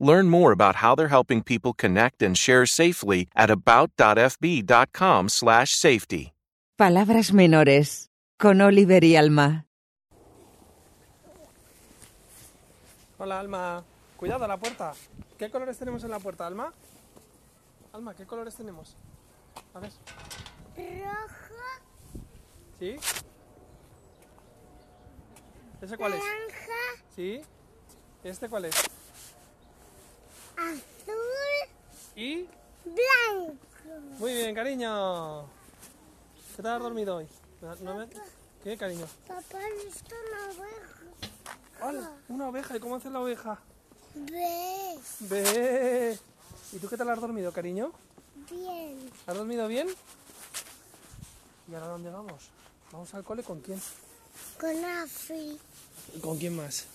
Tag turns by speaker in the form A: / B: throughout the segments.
A: Learn more about how they're helping people connect and share safely at about.fb.com/safety.
B: Palabras menores con Oliver y Alma.
C: Hola, Alma. Cuidado, la puerta. ¿Qué colores tenemos en la puerta, Alma? Alma, ¿qué colores tenemos? A ver.
D: Rojo,
C: ¿Sí? ¿Ese cuál es?
D: naranja,
C: ¿Sí? ¿Este cuál es?
D: azul,
C: Y...
D: blanco.
C: Muy bien, cariño. ¿Qué tal has dormido hoy? No- no me- ¿Qué, cariño?
D: Papá, ¿listo una oveja?
C: Hola, una oveja. ¿Y cómo hace la oveja?
D: ¿Ves?
C: Ve. ¿Y tú qué tal has dormido, cariño?
D: Bien.
C: ¿Has dormido bien? ¿Y ahora dónde vamos? ¿Vamos al cole con quién?
D: Con Afi,
C: ¿Y con quién más?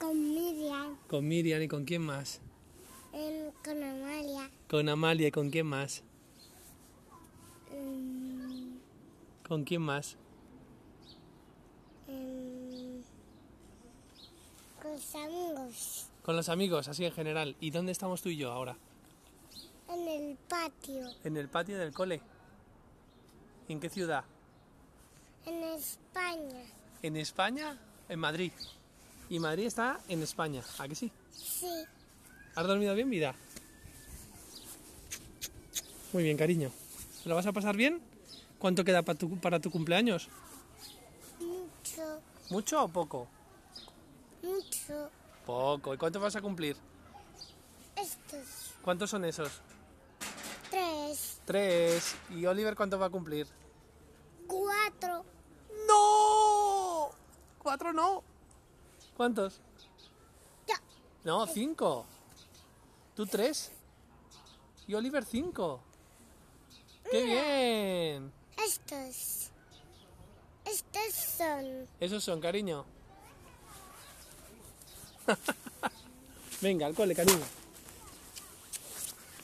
D: con Miriam,
C: Con Miriam y con quién más?
D: em, con Amalia,
C: Con Amalia y con quién más?
D: em,
C: ¿Con quién más?
D: em, con sus amigos,
C: Con los amigos, así en general. ¿Y dónde estamos tú y yo ahora?
D: en el patio,
C: En el patio del cole. ¿En qué ciudad?
D: en España.
C: ¿En España? En Madrid. Y Madrid está en España. ¿A que sí?
D: Sí,
C: ¿Has dormido bien, vida? Muy bien, cariño. ¿Te lo vas a pasar bien? ¿Cuánto queda pa tu- para tu cumpleaños?
D: mucho,
C: ¿Mucho o poco?
D: mucho.
C: Poco. ¿Y cuánto vas a cumplir?
D: Estos
C: ¿Cuántos son esos?
D: tres,
C: Tres. ¿Y Oliver cuánto va a cumplir?
D: cuatro,
C: ¡No! ¿Cuatro no? ¿Cuántos?
D: ya.
C: No, cinco. ¿Tú tres? Y Oliver cinco. ¡Qué bien!
D: Estos. Estos son.
C: Esos son, cariño. Venga, al cole, cariño.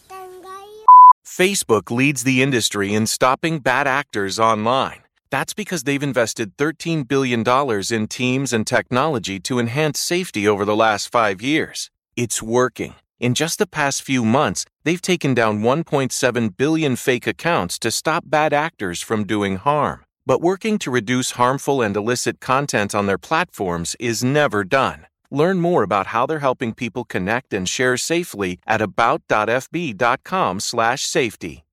D: Tengo ahí
A: Facebook leads the industry in stopping bad actors online. That's because they've invested $13 billion in teams and technology to enhance safety over the last five years. It's working. In just the past few months, they've taken down 1.7 billion fake accounts to stop bad actors from doing harm. But working to reduce harmful and illicit content on their platforms is never done. Learn more about how they're helping people connect and share safely at about.fb.com/safety.